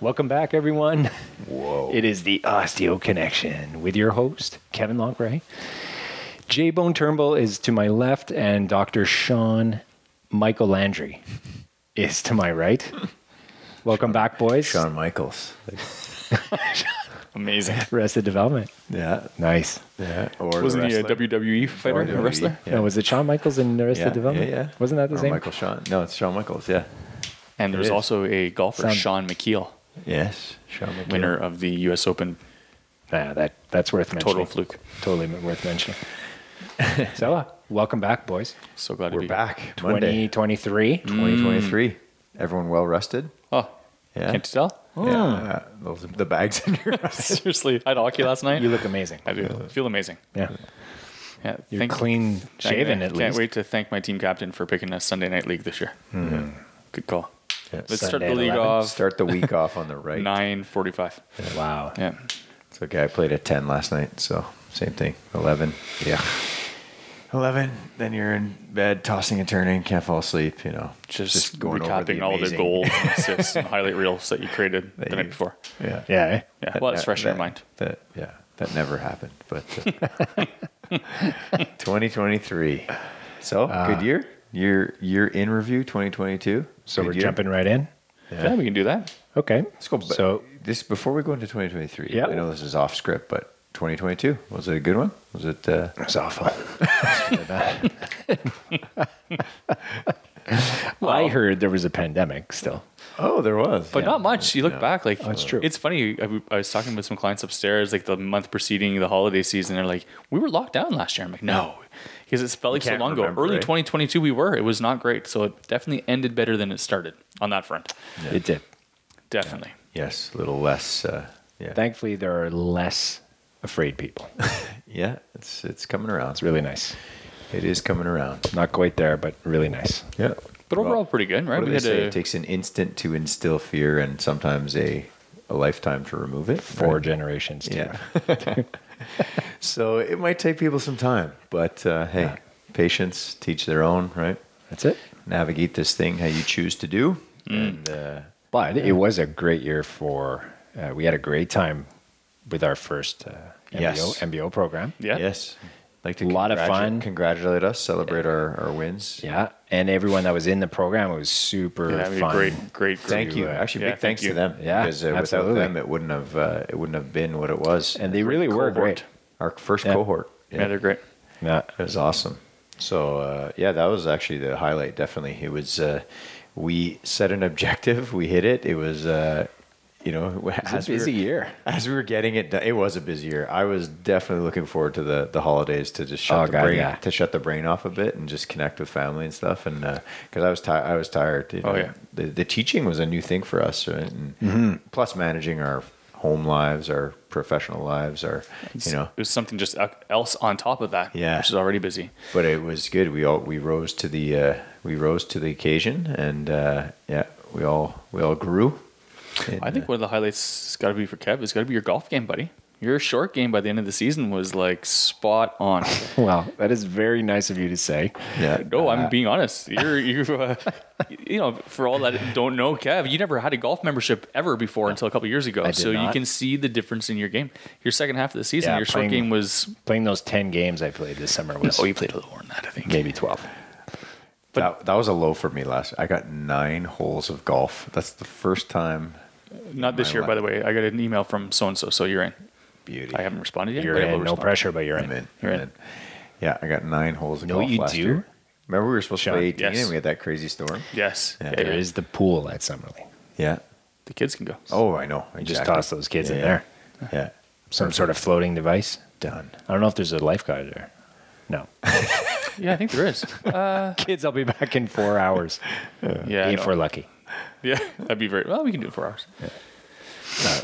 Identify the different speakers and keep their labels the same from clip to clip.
Speaker 1: Welcome back, everyone. Whoa. It is the Osteo Connection with your host, Kevin Longray. J Bone Turnbull is to my left, and Dr. Sean Michael Landry is to my right. Welcome back, boys.
Speaker 2: John Michaels.
Speaker 3: Amazing.
Speaker 1: Arrested Development.
Speaker 2: Yeah.
Speaker 1: Nice.
Speaker 2: Yeah. Or
Speaker 3: Wasn't he a WWE fighter,
Speaker 2: Or
Speaker 3: a wrestler?
Speaker 2: WWE. Yeah.
Speaker 1: Now, was it Sean Michaels in Arrested
Speaker 2: yeah,
Speaker 1: Development?
Speaker 2: Yeah, yeah.
Speaker 1: Wasn't that the
Speaker 2: Or
Speaker 1: same?
Speaker 2: Michael Sean. No, it's Sean Michaels. Yeah.
Speaker 3: And there's
Speaker 2: is.
Speaker 3: also a golfer,
Speaker 1: Sound-
Speaker 3: Sean McKeel,
Speaker 2: Yes. Sean Michaels.
Speaker 3: winner of the U.S. Open
Speaker 1: Nah, that that's worth mentioning.
Speaker 3: Total fluke.
Speaker 1: Totally m- worth mentioning. so, uh, welcome back, boys.
Speaker 3: So glad to
Speaker 2: We're
Speaker 3: be
Speaker 2: back. Monday,
Speaker 1: 2023.
Speaker 2: 2023. Everyone well rested?
Speaker 3: Oh,
Speaker 2: Yeah.
Speaker 3: can't you tell?
Speaker 2: Yeah. Those, the bags in your
Speaker 3: Seriously, I had hockey last night.
Speaker 1: You look amazing.
Speaker 3: I do. Feel amazing.
Speaker 1: Yeah,
Speaker 3: Yeah,
Speaker 1: you're
Speaker 3: thank-
Speaker 1: clean
Speaker 3: thank-
Speaker 1: shaven
Speaker 3: I
Speaker 1: at
Speaker 3: Can't
Speaker 1: least.
Speaker 3: wait to thank my team captain for picking us Sunday night league this year. Good call.
Speaker 2: Yeah,
Speaker 3: Let's start
Speaker 1: Sunday
Speaker 3: the
Speaker 1: at
Speaker 3: league
Speaker 1: 11.
Speaker 3: off
Speaker 2: Start the week off on the right.
Speaker 3: nine forty-five.
Speaker 1: Wow.
Speaker 3: Yeah.
Speaker 2: It's okay. I played at 10 last night, so same thing. 11. Yeah. 11, then you're in bed tossing and turning, can't fall asleep, you know.
Speaker 3: Just,
Speaker 2: going over
Speaker 3: recapping all the
Speaker 2: amazing-
Speaker 3: goals and assists and highlight reels that you created
Speaker 2: That
Speaker 3: the night
Speaker 2: you-
Speaker 3: before.
Speaker 2: Yeah.
Speaker 1: Yeah. eh?
Speaker 3: Yeah. Well, it's
Speaker 2: That-
Speaker 3: fresh in your
Speaker 2: that-
Speaker 3: mind.
Speaker 2: That, yeah. That never happened, but uh, 2023. So, good year. Year year Uh, in review 2022.
Speaker 1: So
Speaker 2: Good
Speaker 1: we're
Speaker 2: year.
Speaker 1: jumping right in.
Speaker 3: Yeah. we can do that.
Speaker 1: Okay.
Speaker 2: Let's go. ba-
Speaker 1: So
Speaker 2: this before we go into 2023.
Speaker 1: Yeah.
Speaker 2: I know this is off script, but 2022 was it a good one? Was it uh,
Speaker 1: it's awful. I heard there was a pandemic still.
Speaker 2: Oh, there was.
Speaker 3: But not much. You look back, like
Speaker 1: That's true.
Speaker 3: It's funny. I, I was talking with some clients upstairs, like the month preceding the holiday season. They're like, "We were locked down last year." I'm like, "No," because it felt like so
Speaker 2: can't
Speaker 3: long ago.
Speaker 2: remember,
Speaker 3: Early
Speaker 2: eh?
Speaker 3: 2022, we were. It was not great. So it definitely ended better than it started on that front.
Speaker 1: It did.
Speaker 3: Definitely.
Speaker 2: Yes, a little less. Uh, yeah.
Speaker 1: Thankfully, there are less afraid people.
Speaker 2: yeah, it's it's coming around.
Speaker 1: It's really nice.
Speaker 2: It is coming around.
Speaker 1: Not quite there, but really nice.
Speaker 2: Yeah.
Speaker 3: But overall, pretty good, right?
Speaker 2: What do they say?
Speaker 3: a-
Speaker 2: It takes an instant to instill fear, and sometimes a a lifetime to remove it.
Speaker 1: Four
Speaker 2: right?
Speaker 1: generations. Too.
Speaker 2: Yeah. so it might take people some time, but uh, hey, patience, teach their own, right?
Speaker 1: That's it.
Speaker 2: Navigate this thing how you choose to do,
Speaker 1: Mm.
Speaker 2: and uh,
Speaker 1: But it was a great year for. Uh, we had a great time with our first uh, MBO,
Speaker 2: Yes.
Speaker 1: MBO program.
Speaker 3: yeah.
Speaker 2: Yes. Like to
Speaker 1: A lot of
Speaker 2: congratu-
Speaker 1: fun.
Speaker 2: Congratulate us. Celebrate our, our wins.
Speaker 1: Yeah, and everyone that was in the program was super
Speaker 3: Yeah, I mean,
Speaker 1: fun.
Speaker 3: great, great.
Speaker 2: Thank
Speaker 3: group.
Speaker 2: you.
Speaker 1: uh,
Speaker 2: Actually,
Speaker 3: yeah,
Speaker 2: big
Speaker 3: thank
Speaker 2: thanks
Speaker 3: you.
Speaker 2: to them.
Speaker 1: Yeah,
Speaker 2: because uh, without
Speaker 1: absolutely.
Speaker 2: them, it wouldn't have uh, it wouldn't have been what it was.
Speaker 1: And they really were
Speaker 3: cohort.
Speaker 1: great.
Speaker 2: our first
Speaker 1: Yeah.
Speaker 2: cohort.
Speaker 3: Yeah. they're great.
Speaker 1: Yeah,
Speaker 2: It was awesome. So uh, yeah, that was actually the highlight. Definitely, it was. Uh, we set an objective. We hit it. It was. Uh, you know,
Speaker 1: it's
Speaker 2: as
Speaker 1: a
Speaker 2: we were-
Speaker 1: busy year.
Speaker 2: as we were getting it done, it was a busy year. I was definitely looking forward to the, the holidays to just shut
Speaker 1: Oh,
Speaker 2: the
Speaker 1: God,
Speaker 2: brain
Speaker 1: yeah.
Speaker 2: to shut the brain off a bit and just connect with family and stuff. And because I was tired, I was tired. you
Speaker 3: Oh,
Speaker 2: know.
Speaker 3: yeah.
Speaker 2: the, the teaching was a new thing for us, right? And
Speaker 1: Mm-hmm.
Speaker 2: plus managing our home lives, our professional lives, our you know.
Speaker 3: It was something just e- else on top of that.
Speaker 2: Yeah.
Speaker 3: Which is already busy.
Speaker 2: But it was good. We all we rose to the uh, we rose to the occasion, and uh, yeah, we all we all grew. And,
Speaker 3: I think one of the highlights has got to be for Kev. It's got to be your golf game, buddy. Your short game by the end of the season was like spot on.
Speaker 1: Wow, that is very nice of you to say.
Speaker 2: uh, yeah,
Speaker 3: No, I'm being honest. You're, you, uh, you know, for all that don't know, Kev, you never had a golf membership ever before until a couple years ago.
Speaker 1: did
Speaker 3: So you
Speaker 1: not.
Speaker 3: can see the difference in your game. Your second half of the season,
Speaker 1: Yeah,
Speaker 3: your short
Speaker 1: playing-
Speaker 3: game was.
Speaker 1: Playing those ten games I played this summer was
Speaker 3: Oh, you played a little more than that, I think.
Speaker 1: maybe twelve.
Speaker 2: that, that was a low for me last. I got nine holes of golf. That's the first time.
Speaker 3: Not this
Speaker 2: My
Speaker 3: year,
Speaker 2: life.
Speaker 3: by the way. I got an email from so and so, so you're in.
Speaker 2: Beauty.
Speaker 3: I haven't responded yet.
Speaker 1: You're
Speaker 3: but I will
Speaker 1: in, no
Speaker 3: respond.
Speaker 1: pressure, but you're
Speaker 2: I'm
Speaker 1: in.
Speaker 2: in. I'm in. Yeah, I got nine holes of
Speaker 1: No,
Speaker 2: golf
Speaker 1: you
Speaker 2: last
Speaker 1: do?
Speaker 2: year. Remember, we were supposed
Speaker 1: Sean,
Speaker 2: to play 18,
Speaker 3: yes.
Speaker 2: and we had that crazy storm.
Speaker 3: Yes.
Speaker 2: Yeah,
Speaker 3: Yeah,
Speaker 1: There
Speaker 3: yeah.
Speaker 1: is the pool at Summerlin.
Speaker 2: Yeah.
Speaker 3: The kids can go.
Speaker 2: Oh, I know. Exactly.
Speaker 1: Just toss those kids
Speaker 2: Yeah,
Speaker 1: in
Speaker 2: yeah.
Speaker 1: there.
Speaker 2: Yeah.
Speaker 1: Some sort of floating device.
Speaker 2: Done.
Speaker 1: I don't know if there's a lifeguard there. No.
Speaker 3: Yeah, I think there is.
Speaker 1: kids, I'll be back in four hours
Speaker 3: yeah. I
Speaker 1: if
Speaker 3: know.
Speaker 1: we're lucky.
Speaker 3: Yeah, that'd be very well. We can do it for hours.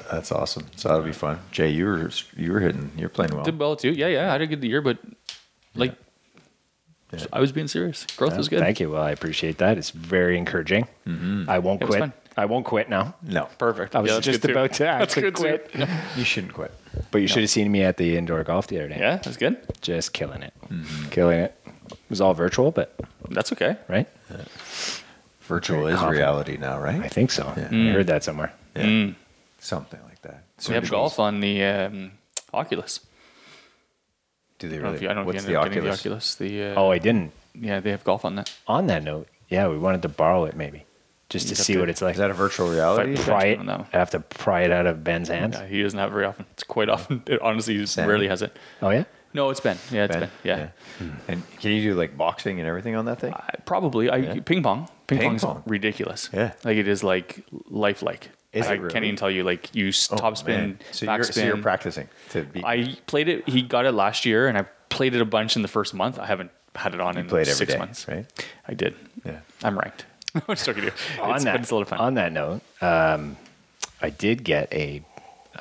Speaker 2: That's awesome. So that'll be fun. Jay, you were you were hitting. You're playing well.
Speaker 3: Did well too. Yeah, yeah. I had a good year, but like,
Speaker 2: Yeah.
Speaker 3: I was being serious. Growth was good. Mm-hmm.
Speaker 1: Thank you. Well, I appreciate that. It's very encouraging. I won't
Speaker 3: It was
Speaker 1: quit.
Speaker 3: fun.
Speaker 1: I won't quit now.
Speaker 2: No,
Speaker 3: Perfect.
Speaker 1: I was
Speaker 3: Yeah, that's
Speaker 1: just
Speaker 3: good, too.
Speaker 1: about to
Speaker 3: That's
Speaker 1: actually
Speaker 3: good, too.
Speaker 1: quit.
Speaker 2: you shouldn't quit.
Speaker 1: But you should have seen me at the indoor golf the other day.
Speaker 3: Yeah, Mm-hmm. that's good.
Speaker 1: Just killing it. Killing it. It was all virtual, but
Speaker 3: That's okay.
Speaker 1: right?
Speaker 2: Virtual
Speaker 1: Very
Speaker 2: is
Speaker 1: confident.
Speaker 2: reality now, right?
Speaker 1: I think so.
Speaker 2: Yeah.
Speaker 1: I
Speaker 3: Mm.
Speaker 1: heard that somewhere.
Speaker 2: Yeah. Something like that.
Speaker 3: We have golf on the um, Oculus.
Speaker 2: Do they
Speaker 3: I don't know if
Speaker 2: really?
Speaker 3: you, I don't know if
Speaker 2: What's
Speaker 3: you
Speaker 2: the
Speaker 3: ended up getting
Speaker 2: Oculus?
Speaker 3: the Oculus. The uh,
Speaker 1: Oh, I didn't.
Speaker 3: yeah, they have golf on that.
Speaker 1: On that note, yeah, we wanted to borrow it maybe just to
Speaker 3: You'd have
Speaker 1: see
Speaker 3: to-
Speaker 1: what it's like.
Speaker 2: Is that a virtual reality?
Speaker 3: If I-
Speaker 1: pry it.
Speaker 3: on that one.
Speaker 1: I have to pry it out of Ben's hands.
Speaker 3: Yeah, he doesn't have it very often. It's quite often. It honestly he just
Speaker 2: Sam.
Speaker 3: rarely has it.
Speaker 1: Oh yeah.
Speaker 3: No, it's Ben. Yeah, it's Ben. Yeah. Uh,
Speaker 2: And can you do like boxing and everything on that thing?
Speaker 3: I, probably. I ping pong. Ping,
Speaker 2: Ping
Speaker 3: pong's
Speaker 2: pong.
Speaker 3: ridiculous.
Speaker 2: Yeah.
Speaker 3: like it is like lifelike.
Speaker 2: Is
Speaker 3: I
Speaker 2: it really?
Speaker 3: can't even tell you. Like you s
Speaker 2: Oh,
Speaker 3: top spin,
Speaker 2: man. So
Speaker 3: back
Speaker 2: you're, so you're
Speaker 3: spin.
Speaker 2: practicing to be.
Speaker 3: I played it. He got it last year, and I played it a bunch in the first month. I haven't had it on in
Speaker 2: played every
Speaker 3: six
Speaker 2: day,
Speaker 3: months.
Speaker 2: right?
Speaker 3: I did.
Speaker 2: Yeah.
Speaker 3: I'm ranked. I'm just joking. It's,
Speaker 1: on that,
Speaker 3: but it's a lot of fun.
Speaker 1: On that note, um, I did get a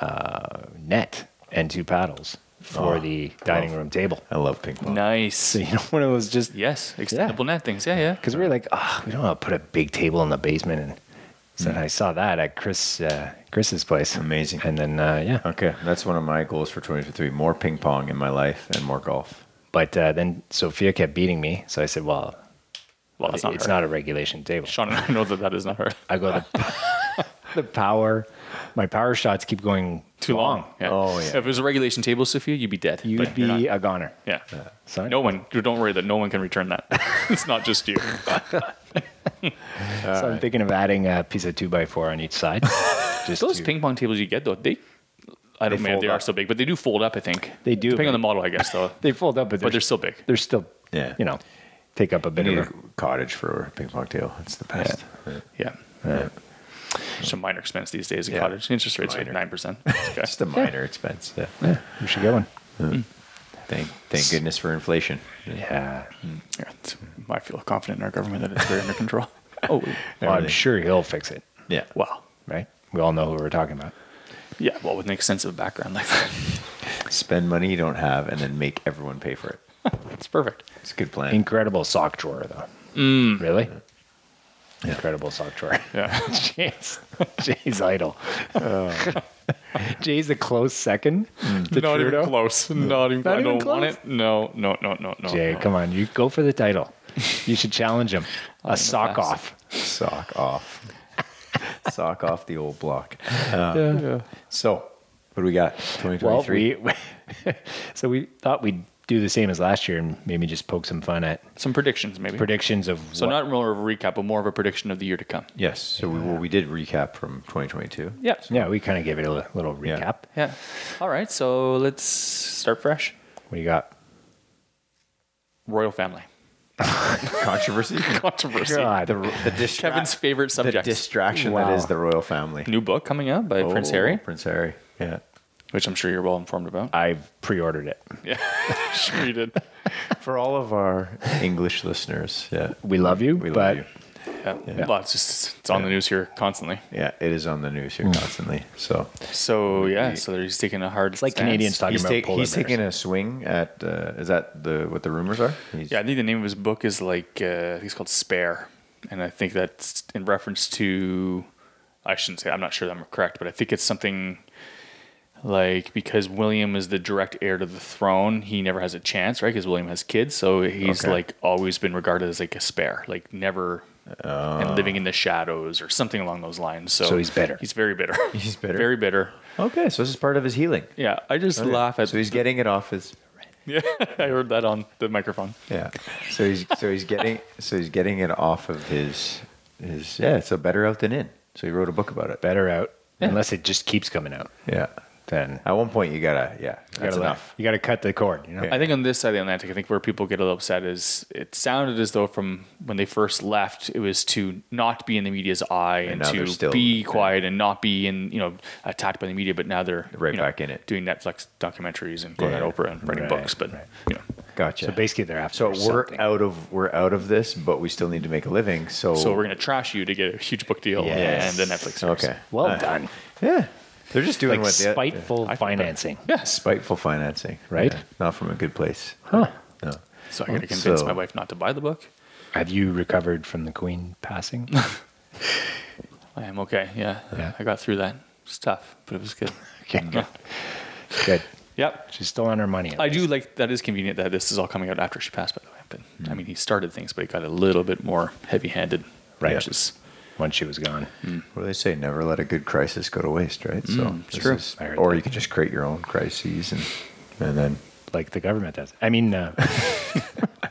Speaker 1: uh, net and two paddles for
Speaker 2: Oh,
Speaker 1: the dining
Speaker 2: well.
Speaker 1: room table.
Speaker 2: I love ping pong.
Speaker 3: nice.
Speaker 1: You know, when it was just
Speaker 3: Yes, extendable
Speaker 1: Yeah.
Speaker 3: net things. Yeah, yeah.
Speaker 1: because we were like, oh, we don't want to put a big table in the basement. And
Speaker 3: Mm.
Speaker 1: so I saw that at Chris uh, Chris's place.
Speaker 2: Amazing.
Speaker 1: And then uh, yeah,
Speaker 2: Okay, that's one of my goals for 2023: more ping pong in my life and more golf.
Speaker 1: but uh, then Sophia kept beating me, so I said, well,
Speaker 3: Well, Oh, that's not.
Speaker 1: it's
Speaker 3: her.
Speaker 1: not a regulation table.
Speaker 3: Sean and I know that that is not her.
Speaker 1: I go the, the power. My power shots keep going
Speaker 3: Too long. Yeah.
Speaker 2: Oh, yeah.
Speaker 3: If it was a regulation table, Sophia, you'd be dead.
Speaker 1: You'd
Speaker 3: but you're
Speaker 1: be
Speaker 3: not.
Speaker 1: a goner.
Speaker 3: Yeah.
Speaker 1: Sorry.
Speaker 3: Uh, No one. Don't worry that no one can return that. it's not just you.
Speaker 1: so I'm thinking of adding a piece of two by four on each side. just
Speaker 3: Those
Speaker 1: to-
Speaker 3: ping pong tables you get though, they. I don't
Speaker 2: They
Speaker 3: mean
Speaker 2: fold
Speaker 3: they are
Speaker 2: up.
Speaker 3: so big, but they do fold up. I think
Speaker 1: They do,
Speaker 3: Depending
Speaker 1: but-
Speaker 3: on the model, I guess though.
Speaker 1: they fold up, but they're,
Speaker 3: but they're still big.
Speaker 1: they're still
Speaker 2: Yeah.
Speaker 1: you know take up a
Speaker 2: I
Speaker 1: bit
Speaker 2: need
Speaker 1: of
Speaker 2: a
Speaker 1: room.
Speaker 2: cottage for a ping pong table. It's the best.
Speaker 3: Yeah. It's a minor expense these days. A
Speaker 2: Yeah.
Speaker 3: cottage interest rates are
Speaker 2: Minor.
Speaker 3: nine percent. Okay.
Speaker 2: Just a minor expense. Yeah.
Speaker 1: We should get one.
Speaker 2: Thank, thank goodness for inflation.
Speaker 1: Yeah,
Speaker 3: Yeah, it's- I feel confident in our government that it's very under control.
Speaker 1: Oh, well, I'm
Speaker 2: Everything.
Speaker 1: sure he'll fix it,
Speaker 2: Yeah.
Speaker 3: Wow.
Speaker 1: right? We all know who we're talking about.
Speaker 3: Yeah. Well, with an extensive background like that,
Speaker 2: Spend money you don't have and then make everyone pay for it.
Speaker 3: it's perfect.
Speaker 2: It's a good plan.
Speaker 1: Incredible sock drawer, though.
Speaker 3: Mm.
Speaker 1: Really? Incredible sock drawer.
Speaker 3: Yeah.
Speaker 1: Jay's, Jay's idol. Jay's a close second to
Speaker 3: Mm. not
Speaker 1: Trudeau.
Speaker 3: even close. Not even.
Speaker 1: Not
Speaker 3: I
Speaker 1: even
Speaker 3: don't want
Speaker 1: close?
Speaker 3: it. No. No. No. No. No.
Speaker 1: Jay,
Speaker 3: no.
Speaker 1: come on, you go for the title. You should challenge him.
Speaker 3: Oh,
Speaker 1: A sock
Speaker 3: pass.
Speaker 1: off.
Speaker 2: Sock off. Sock off the old block. So, what do we got? 2023?
Speaker 1: Well, we, so we thought we'd do the same as last year and maybe just poke some fun at
Speaker 3: Some predictions, maybe.
Speaker 1: predictions of
Speaker 3: so
Speaker 1: what-
Speaker 3: not more of a recap, but more of a prediction of the year to come.
Speaker 2: yes. So, we, well, we did recap from 2022.
Speaker 3: Yeah.
Speaker 1: yeah, we kind of gave it a li- little recap.
Speaker 2: Yeah.
Speaker 3: Yeah. All right. So let's start fresh.
Speaker 1: What do you got?
Speaker 3: Royal family
Speaker 2: Controversy?
Speaker 3: controversy.
Speaker 1: God,
Speaker 2: the, the, distra-
Speaker 3: Kevin's favorite
Speaker 2: the
Speaker 3: subject.
Speaker 2: distraction
Speaker 1: Wow.
Speaker 2: that is the royal family.
Speaker 3: New book coming out by Prince
Speaker 2: Oh,
Speaker 3: Harry,
Speaker 2: Prince Harry. Yeah.
Speaker 3: which I'm sure you're well informed about.
Speaker 1: I've pre-ordered it.
Speaker 3: yeah. sure you did.
Speaker 2: For all of our English listeners. Yeah.
Speaker 1: We love you,
Speaker 2: We love
Speaker 1: but
Speaker 2: you.
Speaker 3: Yeah. Well, it's just it's on the news here constantly.
Speaker 2: Yeah, it is on the news
Speaker 3: Hmm.
Speaker 2: here constantly. So
Speaker 3: So yeah. So he's taking a hard. It's
Speaker 1: like Canadians talking
Speaker 2: he's,
Speaker 1: about
Speaker 2: take,
Speaker 1: polar
Speaker 2: he's
Speaker 1: bears.
Speaker 2: taking a swing at. Uh, is that the what the rumors are? He's,
Speaker 3: Yeah, I think the name of his book is like uh, he's called Spare, and I think that's in reference to. I shouldn't say I'm not sure that I'm correct, but I think it's something like because William is the direct heir to the throne, he never has a chance, right? Because William has kids, so he's
Speaker 2: Okay.
Speaker 3: like always been regarded as like a spare, like never
Speaker 2: Oh.
Speaker 3: and living in the shadows or something along those lines. So,
Speaker 1: So he's bitter.
Speaker 3: He's very bitter.
Speaker 2: He's bitter?
Speaker 3: Very bitter.
Speaker 2: Okay, so this is part of his healing.
Speaker 3: Yeah, I just laugh at.
Speaker 2: so he's getting it off his.
Speaker 3: yeah, I heard that on the microphone.
Speaker 2: Yeah. So he's so he's getting so he's getting it off of his his yeah. It's a better out than in. So he wrote a book about it.
Speaker 1: better out unless it just keeps coming out.
Speaker 2: Yeah.
Speaker 1: Then
Speaker 2: At one point you gotta yeah.
Speaker 1: you
Speaker 2: That's
Speaker 1: gotta,
Speaker 2: enough.
Speaker 1: you gotta cut the cord. You know,
Speaker 3: I think on this side of the Atlantic, I think where people get a little upset is it sounded as though from when they first left, it was to not be in the media's eye and,
Speaker 2: now they're
Speaker 3: to
Speaker 2: still-
Speaker 3: be quiet and not be in you know attacked by the media. But now they're
Speaker 2: Right
Speaker 3: you know,
Speaker 2: back in it.
Speaker 3: doing Netflix documentaries and going
Speaker 2: Yeah.
Speaker 3: on Oprah and writing
Speaker 1: Right,
Speaker 3: books. But
Speaker 1: right.
Speaker 3: you know,
Speaker 2: Gotcha.
Speaker 1: So basically they're after
Speaker 2: So we're
Speaker 1: something.
Speaker 2: out of we're out of this, but we still need to make a living. So
Speaker 3: so we're gonna trash you to get a huge book deal
Speaker 2: Yes.
Speaker 3: and the Netflix. series.
Speaker 2: okay.
Speaker 1: Well done.
Speaker 2: Yeah. They're just Uh, doing
Speaker 1: like
Speaker 2: what they-
Speaker 1: spiteful
Speaker 3: I-
Speaker 1: financing.
Speaker 2: spiteful financing,
Speaker 1: Right?
Speaker 2: Yeah, not from a good place.
Speaker 1: Huh.
Speaker 2: No.
Speaker 3: So I got to convince
Speaker 2: So-
Speaker 3: my wife not to buy the book.
Speaker 1: Have you recovered from the Queen passing?
Speaker 3: I am okay. Yeah.
Speaker 1: Yeah.
Speaker 3: I got through that. It's tough, but it was good.
Speaker 1: okay, good. good.
Speaker 3: Yep.
Speaker 1: She's still on her money. at
Speaker 3: I do
Speaker 1: least.
Speaker 3: like that is convenient that this is all coming out after she passed, by the way. But
Speaker 2: Hmm.
Speaker 3: I mean, he started things, but he got a little bit more heavy handed.
Speaker 1: Right.
Speaker 3: Which is,
Speaker 1: once she was gone.
Speaker 2: What do they say? Never let a good crisis go to waste, right?
Speaker 3: Mm, it's
Speaker 2: this
Speaker 3: true.
Speaker 2: is-
Speaker 1: I heard
Speaker 2: or
Speaker 1: that.
Speaker 2: you can just create your own crises and and then
Speaker 1: Like the government does. I mean, uh,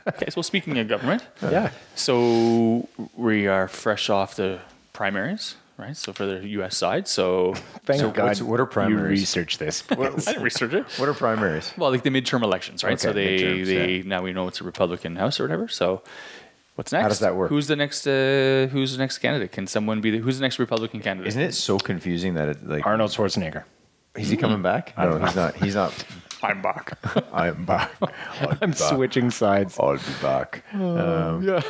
Speaker 3: okay. So speaking of government,
Speaker 1: yeah.
Speaker 3: so we are fresh off the primaries, right? So for the U.S. side, so
Speaker 1: Thank
Speaker 2: So
Speaker 1: God.
Speaker 2: what's- what are
Speaker 1: You
Speaker 2: primaries?
Speaker 1: research this.
Speaker 3: I didn't research it.
Speaker 2: what are primaries?
Speaker 3: Well, like the midterm elections, right? so
Speaker 2: Okay,
Speaker 3: they
Speaker 2: midterms,
Speaker 3: they
Speaker 2: yeah.
Speaker 3: now we know it's a Republican House or whatever. So what's next?
Speaker 2: does that work?
Speaker 3: Who's the next? Uh, who's the next candidate? Can someone be the who's the next Republican candidate?
Speaker 2: Isn't it so confusing that it like
Speaker 1: Arnold Schwarzenegger.
Speaker 2: is he coming back? No, he's not. He's not.
Speaker 3: I'm back.
Speaker 2: I'm back. I'll be
Speaker 1: I'm
Speaker 2: back.
Speaker 1: switching sides.
Speaker 2: I'll be back. Um,
Speaker 3: yeah.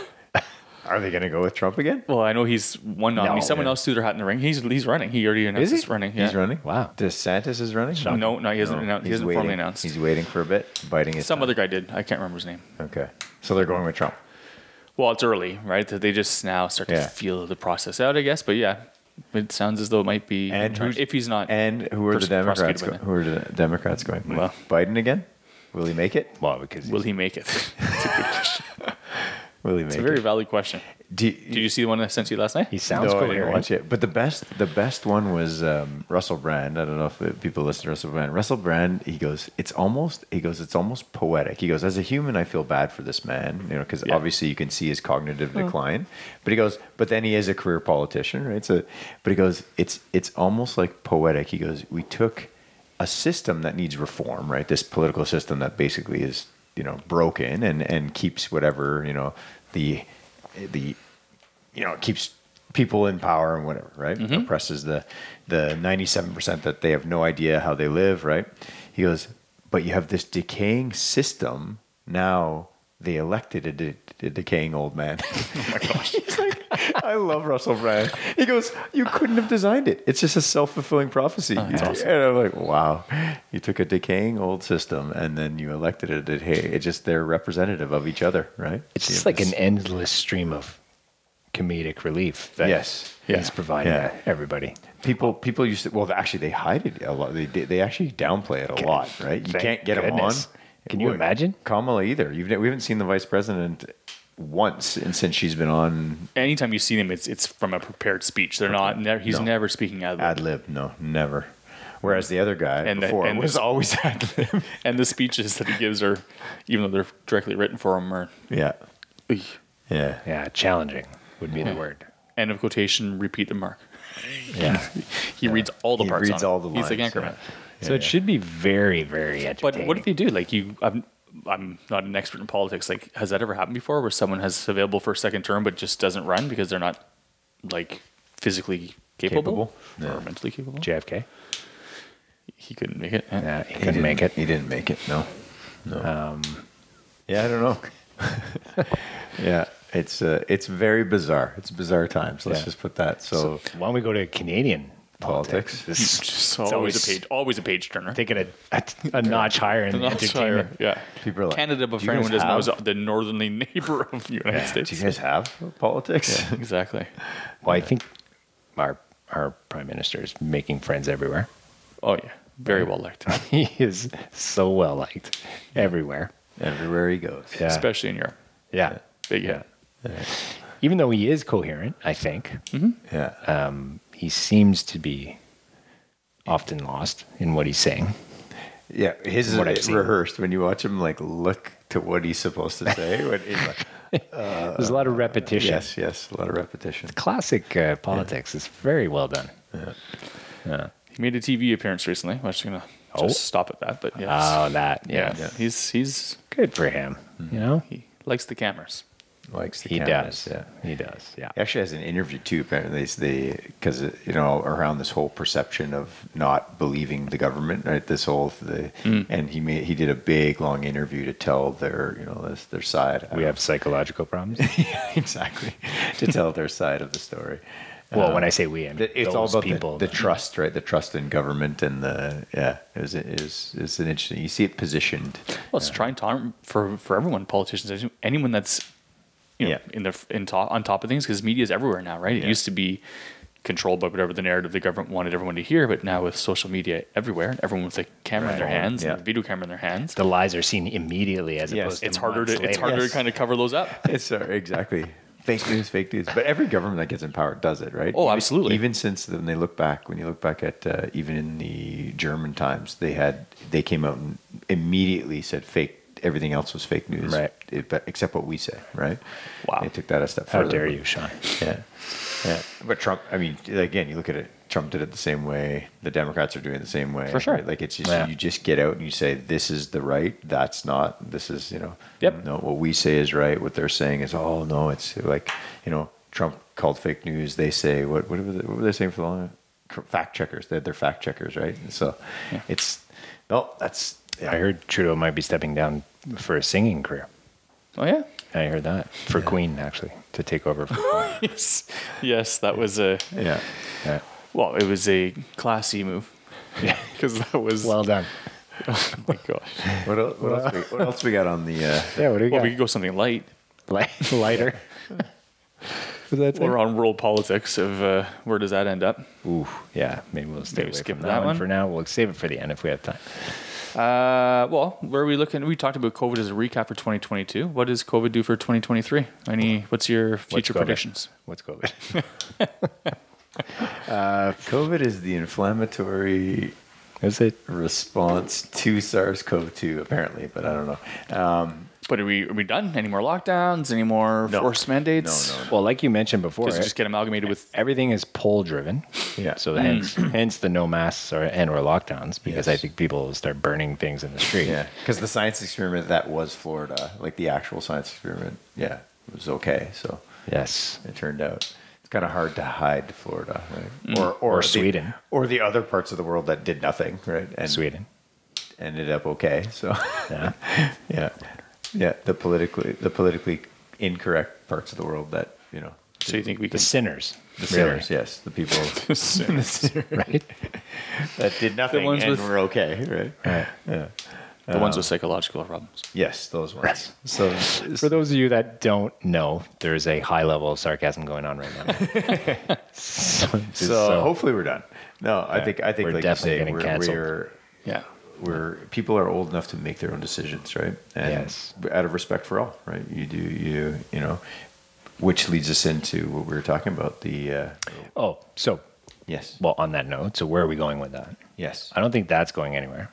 Speaker 2: Are they going to go with Trump again?
Speaker 3: Well, I know he's one nominee.
Speaker 1: No.
Speaker 3: Someone
Speaker 1: Yeah.
Speaker 3: else threw their hat in the ring. He's he's running. He already announced
Speaker 2: he?
Speaker 3: he's running.
Speaker 2: He's
Speaker 3: yeah.
Speaker 2: running.
Speaker 1: Wow.
Speaker 2: DeSantis is running.
Speaker 3: No, no, he hasn't announced. He
Speaker 2: he's
Speaker 3: hasn't
Speaker 2: waiting.
Speaker 3: formally announced.
Speaker 2: He's waiting for a bit, biting his.
Speaker 3: Some
Speaker 2: tongue.
Speaker 3: other guy did. I can't remember his name.
Speaker 2: Okay, so they're going with Trump.
Speaker 3: Well, it's early, right? That They just now start
Speaker 2: Yeah.
Speaker 3: to feel the process out, I guess. But yeah, it sounds as though it might be.
Speaker 2: And who's-
Speaker 3: if he's not,
Speaker 2: And who are the
Speaker 3: Pros-
Speaker 2: Democrats?
Speaker 3: prosecuted Uh, by
Speaker 2: Go-
Speaker 3: then.
Speaker 2: who are the Democrats going? with?
Speaker 3: Well-
Speaker 2: Biden again? Will he make it?
Speaker 1: Well, because
Speaker 3: will he make it? it's
Speaker 2: Will he make
Speaker 3: a very
Speaker 2: it?
Speaker 3: valid question.
Speaker 2: Do,
Speaker 3: Did you see the one I sent to you last night?
Speaker 1: he sounds
Speaker 2: no, I didn't
Speaker 1: coherent.
Speaker 2: watch it. But the best, the best one was um, Russell Brand. I don't know if uh, people listen to Russell Brand. Russell Brand, he goes, it's almost, he goes, it's almost poetic. He goes, as a human, I feel bad for this man, you know, because
Speaker 3: Yeah.
Speaker 2: obviously you can see his cognitive decline. But he goes, but then he is a career politician, right? So, but he goes, it's, it's almost like poetic. He goes, we took a system that needs reform, right? This political system that basically is, you know, broken and and keeps whatever, you know, the the you know, it keeps people in power and whatever, right? Oppresses the the ninety seven percent that they have no idea how they live, right? He goes, but you have this decaying system now. They elected a, de- a decaying old man. Oh my gosh! He's like, I love Russell Brand. He goes, "You couldn't have designed it. It's just a self fulfilling prophecy." He's like- And I'm like, "Wow, you took a decaying old system and then you elected it. It, hey, it's just they're representative of each other, right?"
Speaker 1: It's
Speaker 2: You
Speaker 1: just
Speaker 2: have
Speaker 1: like an
Speaker 2: this-
Speaker 1: endless stream of comedic relief that
Speaker 2: Yes.
Speaker 1: he's
Speaker 3: Yeah.
Speaker 1: providing
Speaker 2: Yeah.
Speaker 1: to everybody.
Speaker 2: People, people used to. Well, actually, they hide it a lot. They they they actually downplay it a lot, right? You
Speaker 1: Thank
Speaker 2: can't get him on.
Speaker 1: goodness. Can you
Speaker 2: Well,
Speaker 1: imagine?
Speaker 2: Kamala either? You've, we haven't seen the vice president once and since she's been on
Speaker 3: Anytime you see them, it's it's from a prepared speech. They're not. Never, he's
Speaker 2: No.
Speaker 3: never speaking ad
Speaker 2: ad
Speaker 3: lib.
Speaker 2: lib. No, never. Whereas the other guy
Speaker 3: And the-
Speaker 2: before
Speaker 3: and
Speaker 2: was
Speaker 3: the-
Speaker 2: always ad lib.
Speaker 3: And the speeches that he gives are, even though they're directly written for him, are
Speaker 2: yeah, yeah,
Speaker 1: Yeah, challenging would be the word.
Speaker 3: end of quotation, repeat the mark.
Speaker 2: yeah.
Speaker 3: He reads all the
Speaker 2: He
Speaker 3: parts.
Speaker 2: reads
Speaker 3: on it.
Speaker 2: all the
Speaker 3: He's like
Speaker 2: lines,
Speaker 3: anchorman.
Speaker 1: so it should be very, very
Speaker 3: But
Speaker 1: entertaining.
Speaker 3: what do they do? Like you, I'm, I'm not an expert in politics. Like, has that ever happened before, where someone has available for a second term but just doesn't run because they're not, like, physically capable,
Speaker 2: Capable?
Speaker 3: or mentally capable?
Speaker 1: JFK?
Speaker 3: He couldn't make it. Yeah.
Speaker 1: Yeah, he
Speaker 2: He
Speaker 1: couldn't make it. Um,
Speaker 2: He didn't make it. No, no. yeah, I don't know. yeah, it's uh, it's very bizarre. It's bizarre times. Let's
Speaker 1: Yeah.
Speaker 2: just put that. So,
Speaker 1: Why don't we go to Canadian
Speaker 2: politics.
Speaker 1: This
Speaker 3: Just
Speaker 1: it's
Speaker 3: always,
Speaker 1: always-
Speaker 3: a page, always a page turner.
Speaker 1: taking a, a, a notch higher in
Speaker 3: Not
Speaker 1: entertainment.
Speaker 3: Shire, Yeah,
Speaker 2: People are like,
Speaker 3: Canada, but
Speaker 2: "Do
Speaker 3: for
Speaker 2: you
Speaker 3: anyone who
Speaker 2: guys
Speaker 3: doesn't know,
Speaker 2: have-"
Speaker 3: is the northerly neighbor of the United
Speaker 2: Do
Speaker 3: States.
Speaker 2: you guys have politics?
Speaker 3: Exactly.
Speaker 1: Well, I think our our prime minister is making friends everywhere.
Speaker 3: Oh yeah, very well liked,
Speaker 1: He is so well liked everywhere.
Speaker 2: Everywhere he goes.
Speaker 1: Yeah.
Speaker 3: especially in Europe.
Speaker 1: Yeah.
Speaker 3: Big hit.
Speaker 1: Even though he is coherent, I think
Speaker 2: Yeah.
Speaker 1: um, he seems to be often lost in what he's saying.
Speaker 2: yeah. His is
Speaker 1: what I've seen.
Speaker 2: rehearsed when you watch him like look to what he's supposed to say. when he's like,
Speaker 1: There's a lot of repetition.
Speaker 2: yes, yes, a lot of repetition.
Speaker 1: Classic uh, politics is very well done.
Speaker 3: He made a TV appearance recently. I'm just gonna
Speaker 1: Oh.
Speaker 3: just stop at that. But yes.
Speaker 1: Oh, that
Speaker 3: yeah.
Speaker 1: yeah,
Speaker 3: he's he's
Speaker 1: good for him. You know,
Speaker 3: he likes the cameras.
Speaker 2: Likes the
Speaker 1: he
Speaker 2: cameras,
Speaker 1: does.
Speaker 2: Yeah.
Speaker 1: He does. Yeah.
Speaker 2: He actually has an interview too. Apparently, It's the because you know around this whole perception of not believing the government, right? This whole the
Speaker 1: Mm.
Speaker 2: and he made he did a big long interview to tell their you know this, their side. I
Speaker 1: We
Speaker 2: don't
Speaker 1: have psychological problems.
Speaker 2: exactly to tell their side of the story
Speaker 1: Well, when I say we, I mean
Speaker 2: The- It's
Speaker 1: those
Speaker 2: all about the-
Speaker 1: people.
Speaker 2: The, trust, right? The trust in government and the yeah. It was it was it's an interesting. You see it positioned.
Speaker 3: Well, it's trying time for for everyone, politicians, anyone that's you know,
Speaker 2: Yeah.
Speaker 3: in the in top on top of things because media is everywhere now, right? It used to be controlled by whatever the narrative the government wanted everyone to hear, but now with social media everywhere, everyone with a camera in their hands,
Speaker 2: Yeah.
Speaker 3: and a video camera in their hands,
Speaker 1: the lies are seen immediately as
Speaker 2: Yes,
Speaker 1: opposed to
Speaker 3: it's harder to
Speaker 1: months
Speaker 3: it's
Speaker 1: later.
Speaker 3: harder
Speaker 2: Yes.
Speaker 3: to kind of cover those up.
Speaker 2: It's uh, exactly fake news, fake news. But every government that gets in power does it, right?
Speaker 3: Oh,
Speaker 2: Even-
Speaker 3: absolutely.
Speaker 2: Even since then, they look back. When you look back at uh, even in the German times, they had they came out and immediately said fake. Everything else was fake news,
Speaker 1: Right.
Speaker 2: e- but- Except what we say, right?
Speaker 3: Wow.
Speaker 2: They took that a step
Speaker 1: How
Speaker 2: further.
Speaker 1: dare you, Sean?
Speaker 2: Yeah. Yeah. But Trump, I mean, again, you look at it, Trump did it the same way. The Democrats are doing it the same way.
Speaker 3: For sure.
Speaker 2: right? Like it's just,
Speaker 1: Yeah.
Speaker 2: you just get out and you say, this is the right. That's not, this is, you know,
Speaker 3: Yep.
Speaker 2: no, what we say is right. What they're saying is, oh, no, it's like, you know, Trump called fake news. They say, what, what, were, they, what were they saying for the long cr- Fact checkers. They had their fact checkers, right? And so it's, no, that's,
Speaker 1: I heard Trudeau might be stepping down for a singing career.
Speaker 3: Oh yeah.
Speaker 1: I heard that for Queen actually to take over. For Queen.
Speaker 3: yes. yes, that was a
Speaker 2: yeah. yeah.
Speaker 3: well, it was a classy move. Yeah, because that was
Speaker 1: well done.
Speaker 3: oh my gosh.
Speaker 2: What, el- what, else we, what else we got on the, uh,
Speaker 1: Yeah, what do we
Speaker 3: Well,
Speaker 1: got?
Speaker 3: we could go something light.
Speaker 1: Light- Lighter.
Speaker 3: We're on world politics of uh, where does that end up?
Speaker 1: Ooh, yeah. Maybe we'll stay
Speaker 3: Maybe
Speaker 1: away
Speaker 3: skip
Speaker 1: from
Speaker 3: that
Speaker 1: that one
Speaker 3: one?
Speaker 1: for now. We'll save it for the end if we have time.
Speaker 3: Uh, well, where are we looking? We talked about COVID as a recap for 2022. What does COVID do for 2023? Any? What's your future
Speaker 1: COVID?
Speaker 3: predictions?
Speaker 1: What's COVID?
Speaker 2: COVID is the inflammatory
Speaker 1: Is it?
Speaker 2: response to SARS-CoV-2, apparently, but I don't know. Um,
Speaker 3: But are we are we done? Any more lockdowns? Any more forced mandates?
Speaker 2: No, no,
Speaker 1: Well, like you mentioned before,
Speaker 3: Does it just get amalgamated with?
Speaker 1: everything is poll driven.
Speaker 2: Yeah.
Speaker 1: So hence, hence the no masks or and or lockdowns because I
Speaker 2: Yes.
Speaker 1: think people will start burning things in the street.
Speaker 2: yeah, because the science experiment that was Florida, like the actual science experiment, yeah, was okay. So
Speaker 1: Yes.
Speaker 2: it turned out it's kind of hard to hide Florida, right? Or, Mm. or
Speaker 1: Or
Speaker 2: the-
Speaker 1: Sweden.
Speaker 2: or the other parts of the world that did nothing, right? And
Speaker 1: Sweden.
Speaker 2: ended up okay. So
Speaker 1: Yeah.
Speaker 2: yeah, yeah, the politically the politically incorrect parts of the world that you know.
Speaker 3: So you think we
Speaker 1: The
Speaker 3: can?
Speaker 1: sinners.
Speaker 2: The sinners, yes, the people
Speaker 1: Right.
Speaker 2: that did nothing
Speaker 3: ones
Speaker 2: and
Speaker 3: with-
Speaker 2: were okay, right?
Speaker 3: The ones with psychological problems.
Speaker 2: Yes, those ones. So
Speaker 1: For those of you that don't know, there's a high level of sarcasm going on right now. so,
Speaker 2: so, hopefully we're done. No, I think I think
Speaker 1: We're
Speaker 2: like
Speaker 1: definitely
Speaker 2: you say,
Speaker 1: getting
Speaker 2: we're,
Speaker 1: canceled.
Speaker 2: we're
Speaker 3: Yeah.
Speaker 2: we're people are old enough to make their own decisions, right? And
Speaker 1: Yes.
Speaker 2: out of respect for all, right? You do you you know, which leads us into what we were talking about the uh,
Speaker 1: oh, so
Speaker 2: yes,
Speaker 1: well on that note, so where are we going with that?
Speaker 2: yes,
Speaker 1: I don't think that's going anywhere.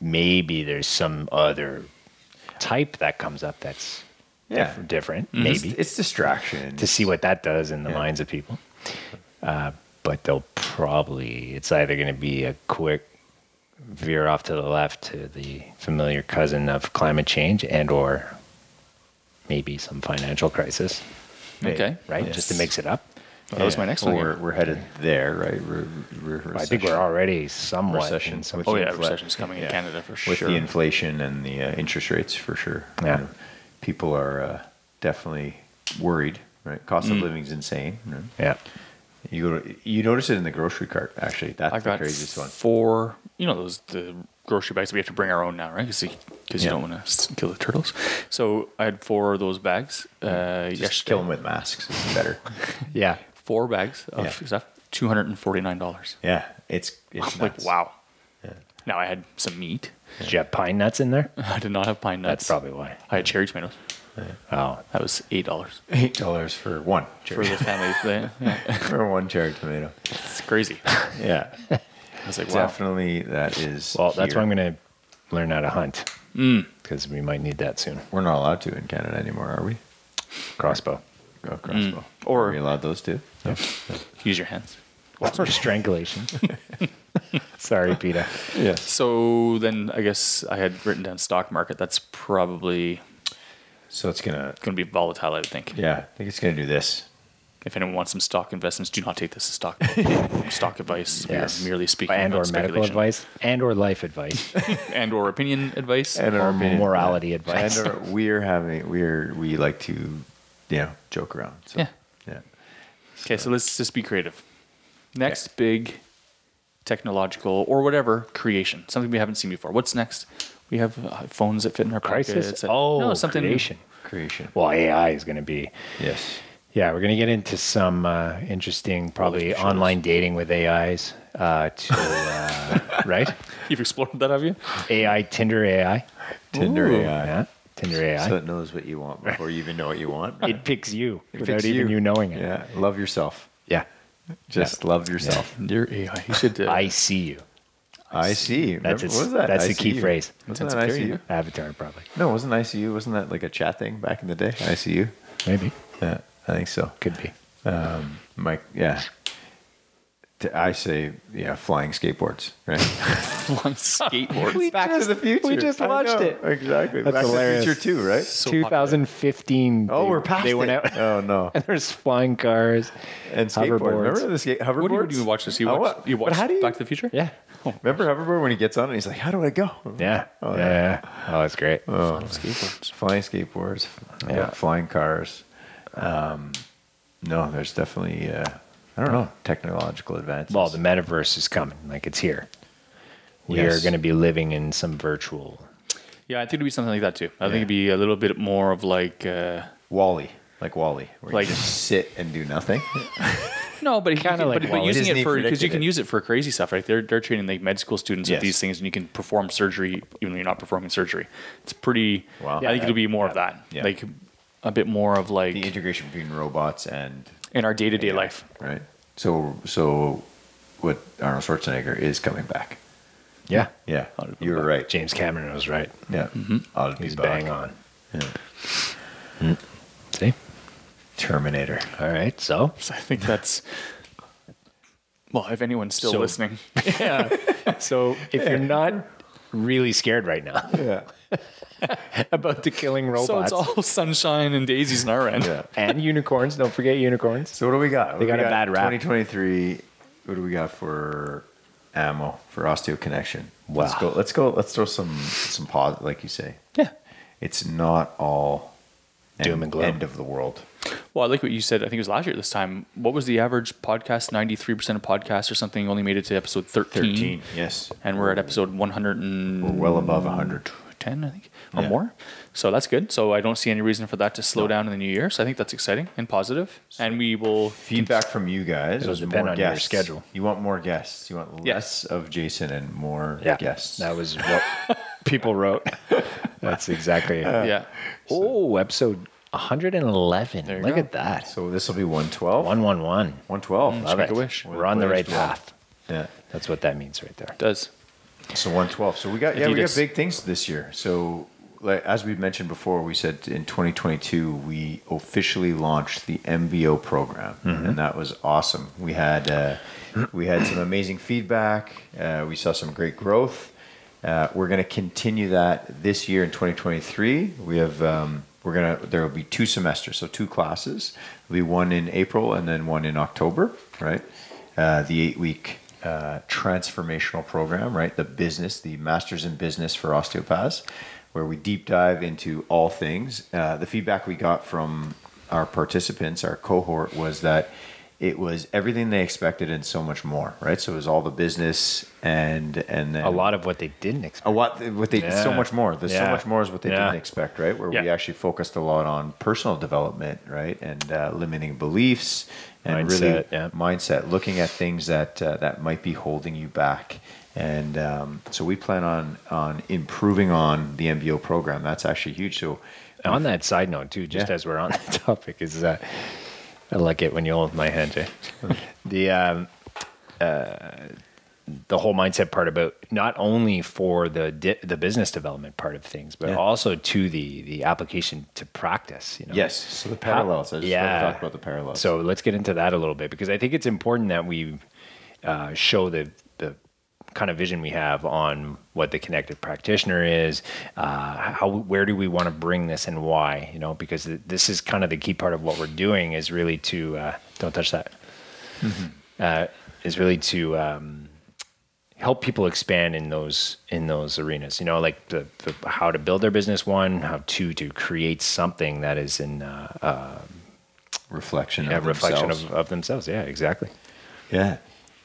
Speaker 1: Maybe there's some other type that comes up that's
Speaker 2: Yeah.
Speaker 1: diff- different,
Speaker 2: it's,
Speaker 1: maybe
Speaker 2: it's distraction
Speaker 1: to see what that does in the
Speaker 2: Yeah.
Speaker 1: minds of people. Uh, but they'll probably it's either going to be a quick veer off to the left to the familiar cousin of climate change and or maybe some financial crisis,
Speaker 3: Okay.
Speaker 1: right? Just to
Speaker 2: Yes.
Speaker 1: mix it up.
Speaker 3: Well, that was my
Speaker 2: Yeah.
Speaker 3: next
Speaker 2: Well,
Speaker 3: one.
Speaker 2: We're, we're headed there, right? We're, we're
Speaker 1: I think we're already somewhat
Speaker 2: Recession.
Speaker 1: in some
Speaker 2: With
Speaker 3: oh yeah,
Speaker 2: infl-
Speaker 3: recession's coming in Canada for
Speaker 2: with
Speaker 3: sure.
Speaker 2: the inflation and the uh, interest rates for sure.
Speaker 1: Yeah.
Speaker 2: You know, people are uh, definitely worried. Right, cost
Speaker 1: Mm.
Speaker 2: of living's insane. you know.
Speaker 1: yeah.
Speaker 2: You go to, you notice it in the grocery cart. Actually, that's
Speaker 3: I
Speaker 2: the
Speaker 3: got
Speaker 2: craziest one.
Speaker 3: four. You know those the grocery bags that we have to bring our own now, right? Because you, 'cause you
Speaker 2: Yeah.
Speaker 3: don't want to kill the turtles. So I had four of those bags. Uh,
Speaker 2: Mm. Just
Speaker 3: yesterday.
Speaker 2: kill them with masks. It's better.
Speaker 1: Yeah.
Speaker 3: Four bags of
Speaker 2: Yeah.
Speaker 3: stuff. Two hundred and forty nine dollars.
Speaker 2: yeah, it's it's
Speaker 3: like
Speaker 2: nuts.
Speaker 3: wow. Now I had some meat.
Speaker 1: Did you have pine nuts in there?
Speaker 3: I did not have pine nuts.
Speaker 1: That's probably why.
Speaker 3: I had cherry tomatoes.
Speaker 1: Oh,
Speaker 3: That was eight dollars
Speaker 2: Eight dollars for one
Speaker 3: for
Speaker 2: cherry,
Speaker 3: the family. thing. Yeah,
Speaker 2: for one cherry tomato.
Speaker 3: it's crazy.
Speaker 2: Yeah,
Speaker 3: I was like, wow.
Speaker 2: definitely that is.
Speaker 1: well, that's
Speaker 2: here.
Speaker 1: why I'm going to learn how to hunt
Speaker 3: Mm.
Speaker 1: because we might need that soon.
Speaker 2: We're not allowed to in Canada anymore, are we?
Speaker 1: Crossbow.
Speaker 2: Oh, crossbow.
Speaker 3: Or-
Speaker 2: are we allowed those too?
Speaker 3: Use your hands.
Speaker 1: Or strangulation. Sorry, PETA.
Speaker 2: Yes.
Speaker 3: So then I guess I had written down stock market. That's probably
Speaker 2: So it's gonna.
Speaker 3: going to be volatile. I would think.
Speaker 2: Yeah, I think it's gonna do this.
Speaker 3: If anyone wants some stock investments, do not take this as stock stock advice. We are
Speaker 1: Yes.
Speaker 3: merely speaking
Speaker 1: And
Speaker 3: on
Speaker 1: or medical
Speaker 3: speculation.
Speaker 1: advice and or life advice
Speaker 3: and or opinion advice.
Speaker 2: And our
Speaker 1: or
Speaker 2: opinion.
Speaker 1: morality
Speaker 2: And
Speaker 1: advice.
Speaker 2: our, we are having we are we like to, you know, joke around. So,
Speaker 3: Yeah.
Speaker 2: Yeah.
Speaker 3: Okay, so let's just be creative. Next big technological or whatever creation, something we haven't seen before. What's next? We have uh, phones that fit in our
Speaker 1: Crisis.
Speaker 3: pockets.
Speaker 1: Oh,
Speaker 3: no, something
Speaker 1: creation.
Speaker 2: Creation.
Speaker 1: Well, AI is going to be.
Speaker 2: Yes.
Speaker 1: Yeah, we're going to get into some uh, interesting, probably
Speaker 3: shows.
Speaker 1: online dating with AIs. Uh, to, uh, right?
Speaker 3: You've explored that, have you?
Speaker 1: AI, Tinder AI.
Speaker 2: Tinder AI.
Speaker 1: Yeah, Tinder AI.
Speaker 2: So it knows what you want before you even know what you want.
Speaker 1: it picks you without
Speaker 2: Fix
Speaker 1: even you. knowing it.
Speaker 2: Yeah. Love yourself.
Speaker 1: Yeah.
Speaker 2: Just love yourself.
Speaker 3: Dear AI, you should. Uh,
Speaker 1: I see you.
Speaker 2: I see.
Speaker 1: That's
Speaker 2: Remember-
Speaker 1: its,
Speaker 2: what was that?
Speaker 1: That's
Speaker 2: I
Speaker 1: the
Speaker 2: see
Speaker 1: key
Speaker 2: you.
Speaker 1: phrase.
Speaker 2: Wasn't
Speaker 3: That's
Speaker 2: that
Speaker 3: very
Speaker 2: ICU?
Speaker 1: Avatar, probably.
Speaker 2: No, wasn't ICU? Wasn't that like a chat thing back in the day? ICU.
Speaker 1: Maybe.
Speaker 2: Yeah, I think so.
Speaker 1: Could be.
Speaker 2: Mike, yeah. T- I say, yeah, flying skateboards. Right?
Speaker 3: flying skateboards.
Speaker 2: Back to the future.
Speaker 1: we just
Speaker 2: I
Speaker 1: watched
Speaker 2: know,
Speaker 1: it.
Speaker 2: Exactly.
Speaker 1: That's
Speaker 2: Back
Speaker 1: hilarious.
Speaker 2: to the future too, right?
Speaker 3: So popular.
Speaker 1: 2015.
Speaker 2: oh,
Speaker 1: they-
Speaker 2: we're past.
Speaker 1: They went
Speaker 2: it.
Speaker 1: out.
Speaker 2: Oh no.
Speaker 1: and there's flying cars
Speaker 2: And skateboard. Remember the skate hoverboards?
Speaker 3: What do you, what do you watch this? You
Speaker 2: Oh,
Speaker 3: watch,
Speaker 2: what?
Speaker 3: you
Speaker 2: But
Speaker 3: watch
Speaker 2: how do you-
Speaker 3: Back to the Future?
Speaker 1: Yeah.
Speaker 2: Remember hoverboard when he gets on it? He's like, "How do I go?"
Speaker 1: Yeah.
Speaker 2: Oh,
Speaker 1: yeah. yeah. Oh, it's great.
Speaker 2: Oh, skateboards. Flying skateboards.
Speaker 1: Yeah.
Speaker 2: Flying cars. Um, no, there's definitely. Uh, I don't know. Technological advances.
Speaker 1: Well, the metaverse is coming. Like it's here. We
Speaker 2: Yes.
Speaker 1: are going to be living in some virtual.
Speaker 3: Yeah, I think it'd be something like that too. I think it'd be a little bit more of like uh,
Speaker 2: Wally, like Wally, where
Speaker 3: Like-
Speaker 2: you just sit and do nothing.
Speaker 3: no, but
Speaker 1: Kinda
Speaker 3: kind of
Speaker 1: like
Speaker 3: but, but
Speaker 1: Wall-E.
Speaker 3: using
Speaker 2: Disney
Speaker 3: it for because you
Speaker 2: predicted
Speaker 3: can
Speaker 2: it.
Speaker 3: use it for crazy stuff, right? They're they're training like med school students
Speaker 2: Yes.
Speaker 3: with these things, and you can perform surgery even though you're not performing surgery. It's pretty.
Speaker 2: Wow.
Speaker 3: I think it'll be more of that,
Speaker 2: Yeah.
Speaker 3: like a bit more of like
Speaker 2: the integration between robots and
Speaker 3: in our day to day life.
Speaker 2: right. So, so what Arnold Schwarzenegger is coming back.
Speaker 1: Yeah.
Speaker 2: Yeah, you were right.
Speaker 1: James Cameron was right.
Speaker 2: Yeah, I'll be
Speaker 1: He's
Speaker 2: back.
Speaker 1: bang on. Mm.
Speaker 2: Yeah.
Speaker 1: See?
Speaker 2: Terminator.
Speaker 1: All right. So,
Speaker 3: So I think that's. Well, if anyone's still
Speaker 1: So-
Speaker 3: listening,
Speaker 1: so if you're not really scared right now
Speaker 2: Yeah,
Speaker 1: about the killing
Speaker 3: so
Speaker 1: robots
Speaker 3: it's all sunshine and daisies in our end.
Speaker 2: oh, yeah.
Speaker 1: and unicorns, don't forget unicorns.
Speaker 2: So what do we got? What
Speaker 1: They
Speaker 2: do
Speaker 1: got
Speaker 2: we
Speaker 1: a bad rap.
Speaker 2: 2023. What do we got for ammo for osteoconnection?
Speaker 1: Wow.
Speaker 2: Let's go. Let's go. Let's throw some some pause, like you say.
Speaker 1: Yeah.
Speaker 2: It's not all
Speaker 1: Doom
Speaker 2: end-
Speaker 1: and gloom.
Speaker 2: End of the world.
Speaker 3: Well, I like what you said. I think it was last year at this time. What was the average podcast? 93% of podcasts or something only made it to episode 13.
Speaker 2: Yes.
Speaker 3: And we're at episode 100 and
Speaker 2: We're well above 100.
Speaker 3: 10, I think, or
Speaker 2: Yeah.
Speaker 3: more. So that's good. So I don't see any reason for that to slow down in the new year. So I think that's exciting and positive. and we will
Speaker 2: Feedback from you guys.
Speaker 1: It'll
Speaker 2: is
Speaker 1: depend
Speaker 2: more
Speaker 1: on your
Speaker 2: guests.
Speaker 1: schedule.
Speaker 2: You want more guests. You want
Speaker 3: Yeah.
Speaker 2: less of Jason and more guests.
Speaker 1: That was what people wrote. That's exactly it.
Speaker 3: Yeah.
Speaker 1: oh, episode 111.
Speaker 3: There you
Speaker 1: Look
Speaker 3: go.
Speaker 1: at that.
Speaker 2: so this will be 112.
Speaker 1: 111.
Speaker 2: 112.
Speaker 1: Love
Speaker 3: Make
Speaker 1: it.
Speaker 3: a wish.
Speaker 1: We're on the right path.
Speaker 2: Yeah.
Speaker 1: That's what that means right there.
Speaker 3: does.
Speaker 2: So 112. So we got yeah, we
Speaker 3: Adidas.
Speaker 2: got big things this year. So like, as we mentioned before, we said in 2022 we officially launched the MBO program, and that was awesome. We had uh, we had some amazing feedback. Uh, we saw some great growth. Uh, we're going to continue that this year in 2023. We have um, we're gonna there will be two semesters, so two classes. There'll be one in April and then one in October, right? Uh, the eight week uh, transformational program, right? The business, the Masters in Business for Osteopaths, where we deep dive into all things. Uh, the feedback we got from our participants, our cohort, was that it was everything they expected and so much more, right? So it was all the business and and then
Speaker 1: A lot of what they didn't expect.
Speaker 2: a lot what they so
Speaker 1: Yeah.
Speaker 2: much more there's so
Speaker 1: Yeah.
Speaker 2: much more is what they
Speaker 1: Yeah.
Speaker 2: didn't expect right where we
Speaker 3: Yeah.
Speaker 2: actually focused a lot on personal development right and uh, limiting beliefs and
Speaker 1: Mindset,
Speaker 2: really
Speaker 1: yeah.
Speaker 2: mindset looking at things that uh, that might be holding you back and um, so we plan on on improving on the mbo program that's actually huge so
Speaker 1: On that side note, too, just
Speaker 2: Yeah.
Speaker 1: as we're on that topic, is uh, I like it when you hold my hand, Jay. the um, uh, the whole mindset part about not only for the di- the business development part of things, but
Speaker 2: Yeah.
Speaker 1: also to the the application to practice. You know,
Speaker 2: yes so the parallels i just yeah.
Speaker 1: yeah.
Speaker 2: talk about the parallels
Speaker 1: So let's get into that a little bit because I think it's important that we uh, show the the kind of vision we have on what the connected practitioner is, uh, how where do we want to bring this and why? You know, because th- this is kind of the key part of what we're doing is really to uh, don't touch that.
Speaker 2: Mm-hmm.
Speaker 1: Uh, is really to um, help people expand in those in those arenas. You know, like the, the how to build their business. One, how two to create something that is in uh,
Speaker 2: reflection
Speaker 1: yeah,
Speaker 2: of
Speaker 1: reflection
Speaker 2: themselves.
Speaker 1: of, of themselves. Yeah, exactly.
Speaker 2: Yeah.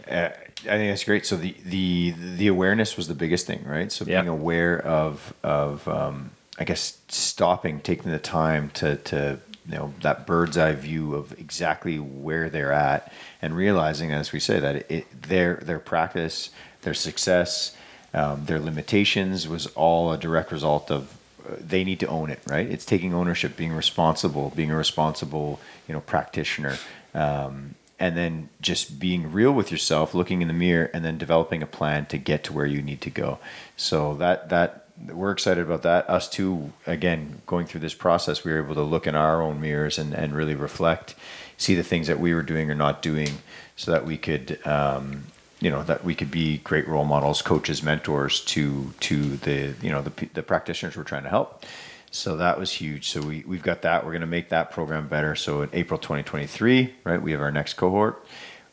Speaker 2: Uh, I think that's great. So the, the the awareness was the biggest thing, right? So
Speaker 1: Yeah.
Speaker 2: being aware of of um, I guess stopping, taking the time to to you know that bird's eye view of exactly where they're at, and realizing, as we say, that it their their practice, their success, um, their limitations was all a direct result of uh, they need to own it, right? It's taking ownership, being responsible, being a responsible, you know, practitioner, um, and then just being real with yourself, looking in the mirror, and then developing a plan to get to where you need to go. So that that we're excited about that. Us too. Again, going through this process, we were able to look in our own mirrors and and really reflect, see the things that we were doing or not doing, so that we could. Um, you know that we could be great role models, coaches, mentors to to the you know the, p- the practitioners we're trying to help. So that was huge. So we we've got that. We're going to make that program better. So in April 2023, right, we have our next cohort.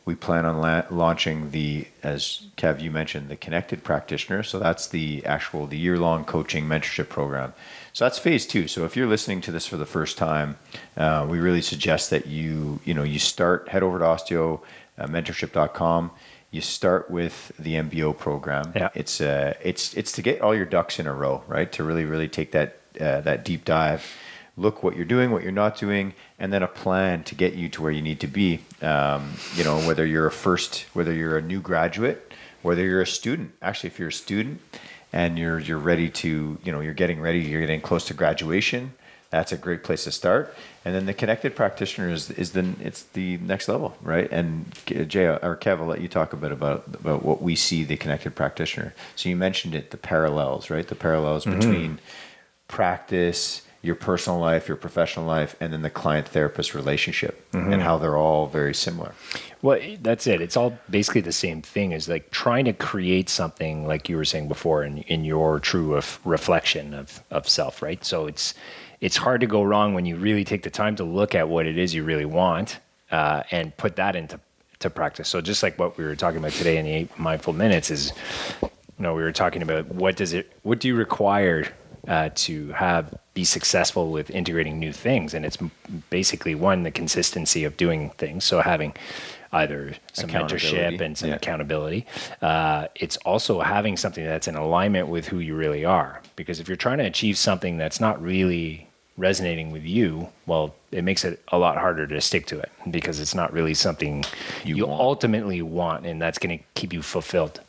Speaker 2: We plan on la- launching the, as Kev you mentioned, the Connected Practitioner. So that's the actual the year long coaching mentorship program. So that's phase two. So if you're listening to this for the first time, uh, we really suggest that you you know you start head over to osteo uh, mentorship.com. You start with the MBO program.
Speaker 1: Yeah.
Speaker 2: It's uh, it's it's to get all your ducks in a row, right? To really really take that uh, that deep dive, look what you're doing, what you're not doing, and then a plan to get you to where you need to be. Um, you know, whether you're a first, whether you're a new graduate, whether you're a student. Actually, if you're a student and you're you're ready to, you know, you're getting ready, you're getting close to graduation. That's a great place to start. And then the connected practitioner is is then it's the next level, right? And Jay or Kev, I'll let you talk a bit about about what we see the connected practitioner. So you mentioned it, the parallels, right? The parallels between practice, your personal life, your professional life, and then the client therapist relationship and how they're all very similar.
Speaker 1: Well, that's it. It's all basically the same thing as like trying to create something like you were saying before in, in your true of reflection of, of self, right? So it's it's hard to go wrong when you really take the time to look at what it is you really want uh, and put that into to practice. So just like what we were talking about today in the eight mindful minutes is you know, we were talking about what does it, what do you require uh, to have be successful with integrating new things? And it's m- basically one the consistency of doing things. So having either some mentorship
Speaker 2: Accountability.
Speaker 1: and some
Speaker 2: Yeah.
Speaker 1: accountability. Uh, it's also having something that's in alignment with who you really are. Because if you're trying to achieve something that's not really resonating with you, well, it makes it a lot harder to stick to it because it's not really something you,
Speaker 2: You want.
Speaker 1: ultimately want, and that's going to keep you fulfilled.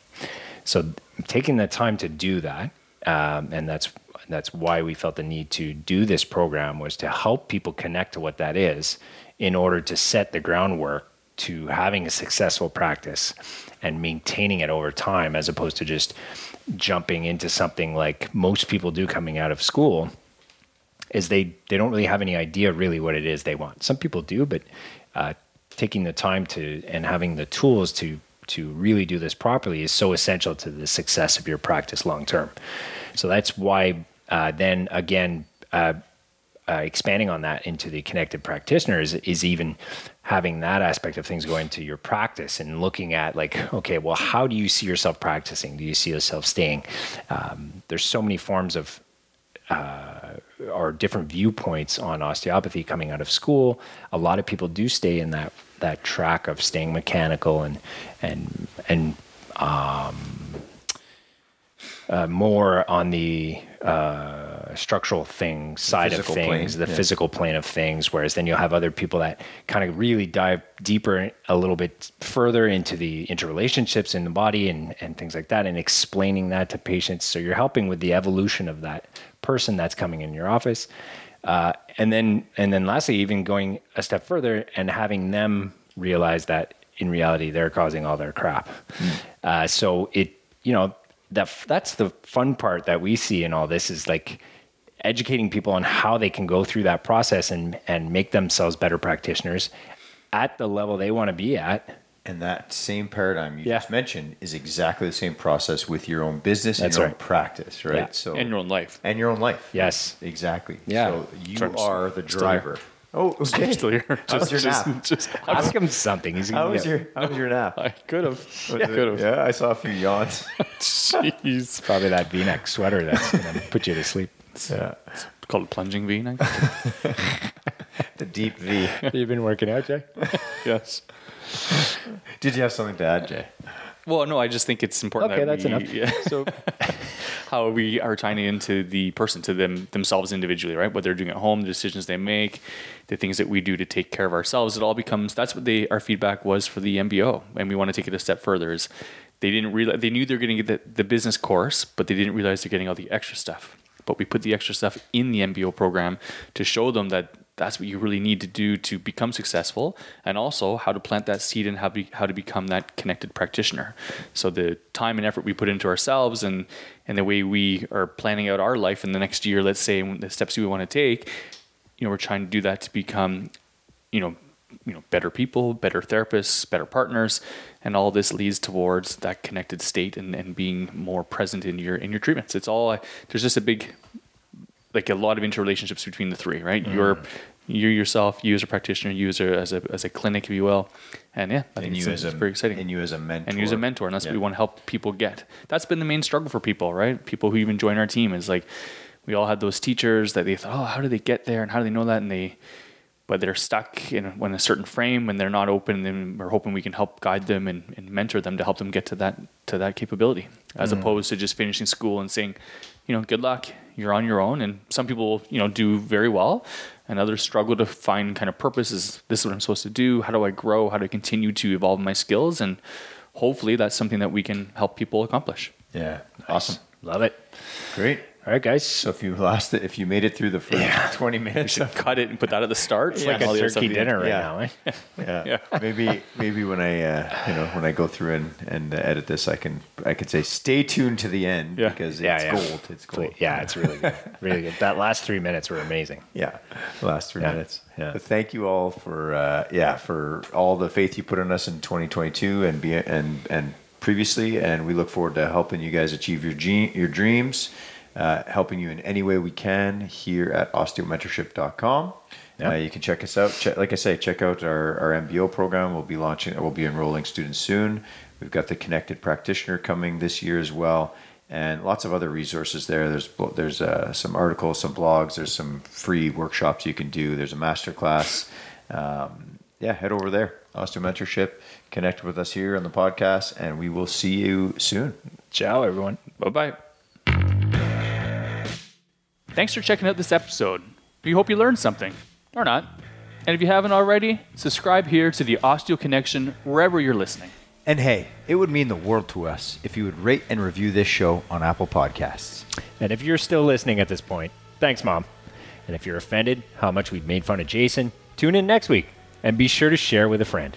Speaker 1: So taking the time to do that, um, and that's that's why we felt the need to do this program was to help people connect to what that is, in order to set the groundwork to having a successful practice and maintaining it over time, as opposed to just jumping into something like most people do coming out of school is they they don't really have any idea really what it is they want. Some people do, but uh, taking the time to and having the tools to to really do this properly is so essential to the success of your practice long term. So that's why uh, then again. Uh, uh, expanding on that into the connected practitioner is, is even having that aspect of things go into your practice and looking at like okay well how do you see yourself practicing do you see yourself staying um, there's so many forms of or different viewpoints on osteopathy coming out of school. A lot of people do stay in that that track of staying mechanical and and and um, uh, more on the uh, structural thing side of
Speaker 2: physical
Speaker 1: things,
Speaker 2: plane,
Speaker 1: the
Speaker 2: yeah.
Speaker 1: physical plane of things. Whereas then you'll have other people that kind of really dive deeper, a little bit further into the interrelationships in the body and and things like that, and explaining that to patients. So you're helping with the evolution of that person that's coming in your office. Uh, and then and then lastly, even going a step further and having them realize that in reality they're causing all their crap. Uh, so it you know that that's the fun part that we see in all this is like educating people on how they can go through that process and and make themselves better practitioners at the level they want to be at.
Speaker 2: And that same paradigm you
Speaker 1: Yeah.
Speaker 2: just mentioned is exactly the same process with your own business and
Speaker 1: That's
Speaker 2: your own
Speaker 1: right.
Speaker 2: practice, right?
Speaker 1: Yeah.
Speaker 2: So
Speaker 3: in your own life.
Speaker 2: and your own life.
Speaker 1: Yes.
Speaker 2: exactly.
Speaker 1: Yeah.
Speaker 2: So you
Speaker 3: Sorry, I'm still-
Speaker 2: are the
Speaker 3: still
Speaker 2: driver. Oh, okay.
Speaker 3: I'm still here.
Speaker 2: How was your nap?
Speaker 3: just-
Speaker 1: Ask him something. He's
Speaker 2: How
Speaker 1: gonna
Speaker 2: was
Speaker 1: get-
Speaker 2: your How was your nap?
Speaker 3: I could have. I could have.
Speaker 2: yeah, I saw a few yawns.
Speaker 3: Jeez.
Speaker 1: probably that V-neck sweater that's gonna put you to sleep.
Speaker 2: yeah.
Speaker 3: It's called plunging V. I guess.
Speaker 2: The deep V.
Speaker 1: You've been working out, Jay?
Speaker 3: yes.
Speaker 2: Did you have something to add, Jay?
Speaker 3: Well, no, I just think it's important.
Speaker 1: Okay,
Speaker 3: that
Speaker 1: that's
Speaker 3: we,
Speaker 1: enough.
Speaker 3: Yeah.
Speaker 1: So
Speaker 3: how we are tying it into the person to them themselves individually, right? What they're doing at home, the decisions they make, the things that we do to take care of ourselves. It all becomes that's what they our feedback was for the MBO, and we want to take it a step further. Is they didn't realize they knew they're getting the, the business course, but they didn't realize they're getting all the extra stuff. But we put the extra stuff in the MBO program to show them that that's what you really need to do to become successful and also how to plant that seed and how, be, how to become that connected practitioner so the time and effort we put into ourselves and and the way we are planning out our life in the next year let's say and the steps we want to take you know we're trying to do that to become you know you know better people better therapists better partners and all this leads towards that connected state and, and being more present in your in your treatments it's all there's just a big like a lot of interrelationships between the three, right? You're
Speaker 2: Mm.
Speaker 3: you yourself, you as a practitioner, you as a as a, as a clinic, if you will, and yeah, I think it's, it's pretty exciting.
Speaker 2: And you as a mentor.
Speaker 3: And you as a mentor, and that's
Speaker 2: Yeah.
Speaker 3: what we want to help people get. That's been the main struggle for people, right? People who even join our team is like, we all had those teachers that they thought, oh, how do they get there, and how do they know that, and they, but they're stuck in a, in a certain frame, and they're not open. Then we're hoping we can help guide them and, and mentor them to help them get to that to that capability, as
Speaker 1: Mm.
Speaker 3: opposed to just finishing school and saying, you know, good luck, you're on your own. And some people, you know, do very well, and others struggle to find kind of purpose. Is this is what I'm supposed to do? How do I grow? How do I continue to evolve my skills? And hopefully that's something that we can help people accomplish.
Speaker 2: Yeah. Awesome.
Speaker 1: love it.
Speaker 2: Great.
Speaker 1: All right, guys.
Speaker 2: So if you lost it, if you made it through the first 20 minutes, of,
Speaker 3: Cut it and put that at the start.
Speaker 1: it's like a turkey dinner right
Speaker 2: Yeah.
Speaker 1: now, eh?
Speaker 2: yeah, maybe maybe when I uh, you know when I go through and, and uh, edit this, I can I can say stay tuned to the end
Speaker 3: Yeah.
Speaker 2: because
Speaker 1: Yeah,
Speaker 2: it's
Speaker 1: yeah.
Speaker 2: gold. It's gold.
Speaker 1: yeah, it's really good. Really good. That last three minutes were amazing.
Speaker 2: Yeah, the last three
Speaker 1: Yeah.
Speaker 2: minutes.
Speaker 1: Yeah.
Speaker 2: But thank you all for uh, yeah for all the faith you put in us in 2022 and be and and previously, and we look forward to helping you guys achieve your ge- your dreams, uh, helping you in any way we can here at osteomentorship.com.
Speaker 1: Yeah.
Speaker 2: Uh, you can check us out. Check, like I say, check out our, our MBO program. We'll be launching. We'll be enrolling students soon. We've got the Connected Practitioner coming this year as well and lots of other resources there. There's blo- there's uh, some articles, some blogs, there's some free workshops you can do. There's a master class. Um, yeah, head over there, Austin Mentorship. Connect with us here on the podcast, and we will see you soon.
Speaker 1: Ciao, everyone.
Speaker 3: Bye bye. Thanks for checking out this episode. We hope you learned something, or not. And if you haven't already, subscribe here to the Osteo Connection wherever you're listening.
Speaker 4: And hey, it would mean the world to us if you would rate and review this show on Apple Podcasts.
Speaker 1: And if you're still listening at this point, thanks, Mom. And if you're offended how much we've made fun of Jason, tune in next week and be sure to share with a friend.